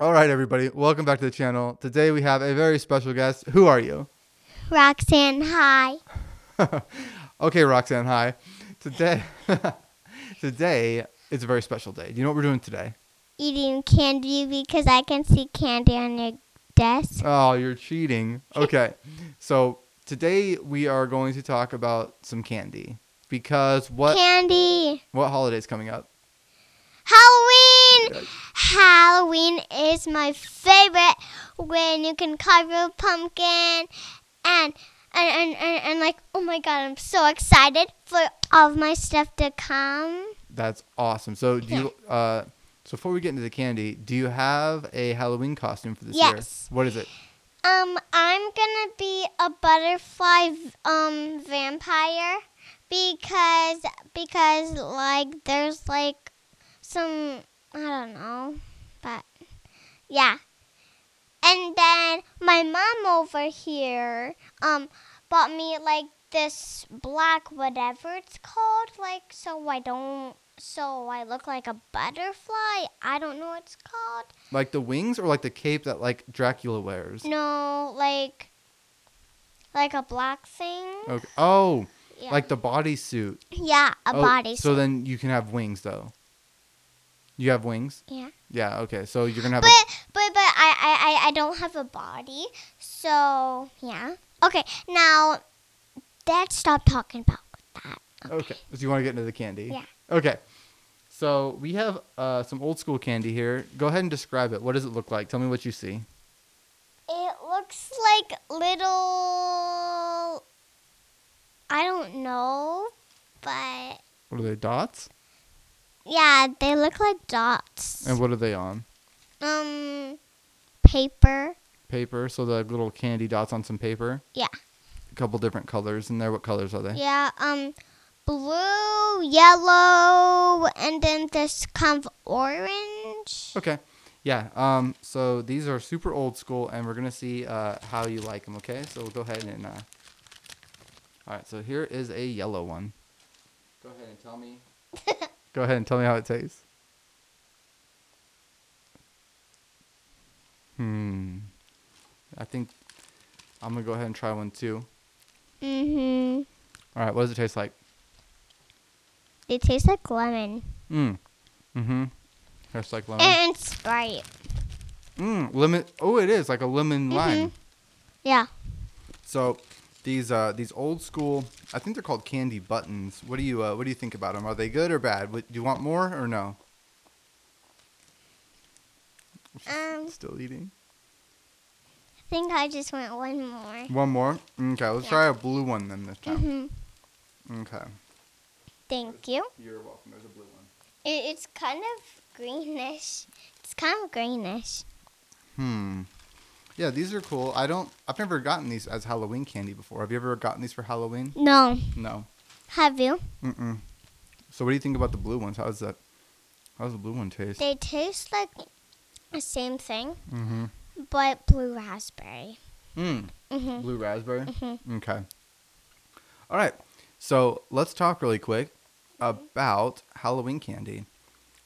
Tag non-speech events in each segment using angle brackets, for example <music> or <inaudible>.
All right, everybody, welcome back to the channel. Today we have a very special guest. Who are you? Roxanne, hi. Okay, Roxanne, hi. Today, <laughs> today is a very special day. Do you know what we're doing today? Eating candy because I can see candy on your desk. Oh, you're cheating. Okay, so today we are going to talk about some candy because what Candy! what holiday is coming up? Halloween! Halloween is my favorite when you can carve a pumpkin and and, and, and, and like oh my god I'm so excited for all of my stuff to come. That's awesome. So do you? Uh, so before we get into the candy, do you have a Halloween costume for this Yes. year? What is it? Um I'm gonna be a butterfly v- um vampire because because like there's like some I don't know, but yeah. And then my mom over here um bought me like this black whatever it's called like so I don't so I look like a butterfly. I don't know what it's called. Like the wings or like the cape that like Dracula wears? No, like like a black thing. Okay. Oh, Yeah. like the bodysuit. yeah, a Oh, body. So then you can have wings though. You have wings? Yeah. Yeah, okay. So you're gonna have but but but I, I I I don't have a body, so yeah. Okay, now, Dad, stop talking about that. a, <laughs> okay. So you wanna get into the candy? Yeah. Okay. So we have uh, some old school candy here. Go ahead and describe it. What does it look like? Tell me what you see. It looks like little. I don't know, but What are they? Dots? yeah, they look like dots. And what are they on? Um, paper. Paper. So the little candy dots on some paper. Yeah. A couple different colors in there. What colors are they? Yeah, um, blue, yellow, and then this kind of orange. Okay. Yeah. Um, so these are super old school, and we're gonna see uh, how you like them. Okay. So we'll go ahead and. Uh... All right. So here is a yellow one. Go ahead and tell me. go ahead and tell me how it tastes. Hmm. I think I'm gonna go ahead and try one too. Mm-hmm. All right. What does it taste like? They taste like lemon Mm. Mm-hmm. Tastes like lemon. and Sprite. Mm. Lemon. Oh, it is like a lemon lime. Yeah. So these uh, these old school, I think they're called candy buttons. What do you uh, what do you think about them? Are they good or bad? What, do you want more or no? Um, Still eating. I think I just went one more. One more. Okay, let's Yeah. try a blue one then this time. Mm-hmm. Okay. Thank you. You're welcome. There's a blue one. It, it's kind of greenish. It's kind of greenish. Hmm. Yeah, these are cool. I don't. I've never gotten these as Halloween candy before. Have you ever gotten these for Halloween? No, No. have you? Mm-mm. So what do you think about the blue ones? How does that? How does the blue one taste? They taste like the same thing, mm-hmm. but blue raspberry. Mm. Mm-hmm. Blue raspberry. Mhm. Okay. All right. So let's talk really quick Mm-hmm. about Halloween candy.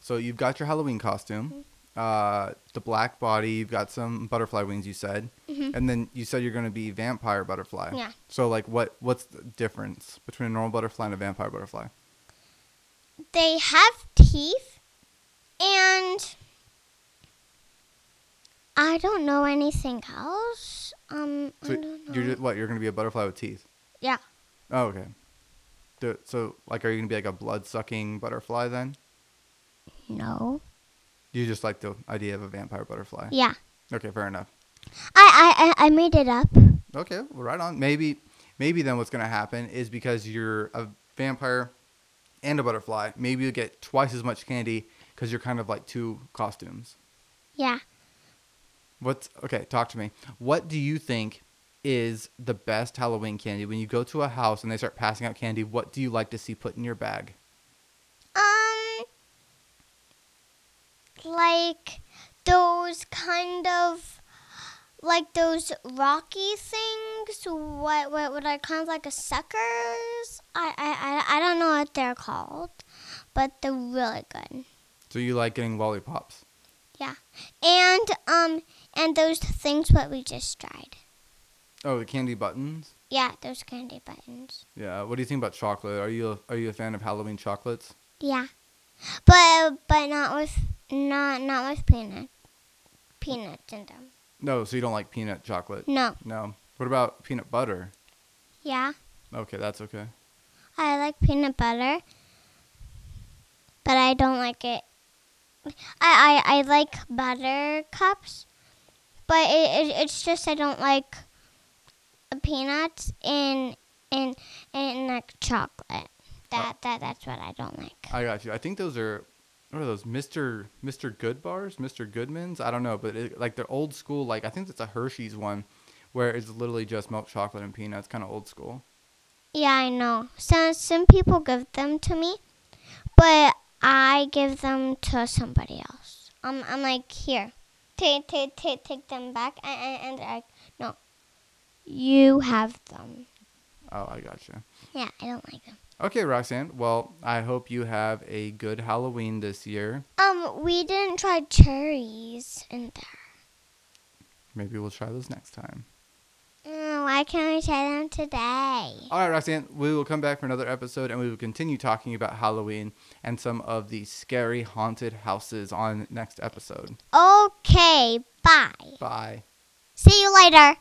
So you've got your Halloween Mm-hmm. costume, uh, the black body. You've got some butterfly wings. You said, Mhm. and then you said you're going to be vampire butterfly. Yeah. So like, what what's the difference between a normal butterfly and a vampire butterfly? They have teeth, and I don't know anything else. Um, I So don't know. you're just, what you're going to be a butterfly with teeth. Yeah. Oh, okay. Do- So like, are you going to be like a blood sucking butterfly then? no. You just like the idea of a vampire butterfly. Yeah, Okay, fair enough. I I I, I made it up. Okay, well, right on. Maybe, maybe then what's gonna happen is because you're a vampire and a butterfly, maybe you get twice as much candy because you're kind of like two costumes. Yeah. What's okay? Talk to me. What do you think is the best Halloween candy? When you go to a house and they start passing out candy, what do you like to see put in your bag? Um, like those kind of like those rocky things. What what what are kind of like a suckers? I I I, I don't know what they're called, but they're really good. So you like getting lollipops? And um and those things what we just tried. Oh, the candy buttons. Yeah, those candy buttons. Yeah. What do you think about chocolate? Are you a, are you a fan of Halloween chocolates? Yeah. But but not with not not with peanut peanuts in them. No. So you don't like peanut chocolate? No. No. What about peanut butter? Yeah. Okay, that's okay. I like peanut butter. But I don't like it. I I, I like butter cups. But it, it it's just I don't like peanuts and and and like chocolate. That that that's what I don't like. I got you. I think those are what are those Mr. Mr. Good bars, Mr. Goodmans? I don't know, but it, like they're old school. Like I think it's a Hershey's one, where it's literally just milk chocolate and peanuts, kind of old school. Yeah, I know. Some some people give them to me, but I give them to somebody else. I'm I'm like here, take take take take them back, and and, and they're like no, you have them. Oh, I got you. Yeah, I don't like them. Okay, Roxanne. Well, I hope you have a good Halloween this year. Um, we didn't try cherries in there. Maybe we'll try those next time. Mm, why can't we try them today? All right, Roxanne, we will come back for another episode and we will continue talking about Halloween and some of the scary haunted houses on next episode. Okay, bye. Bye. See you later.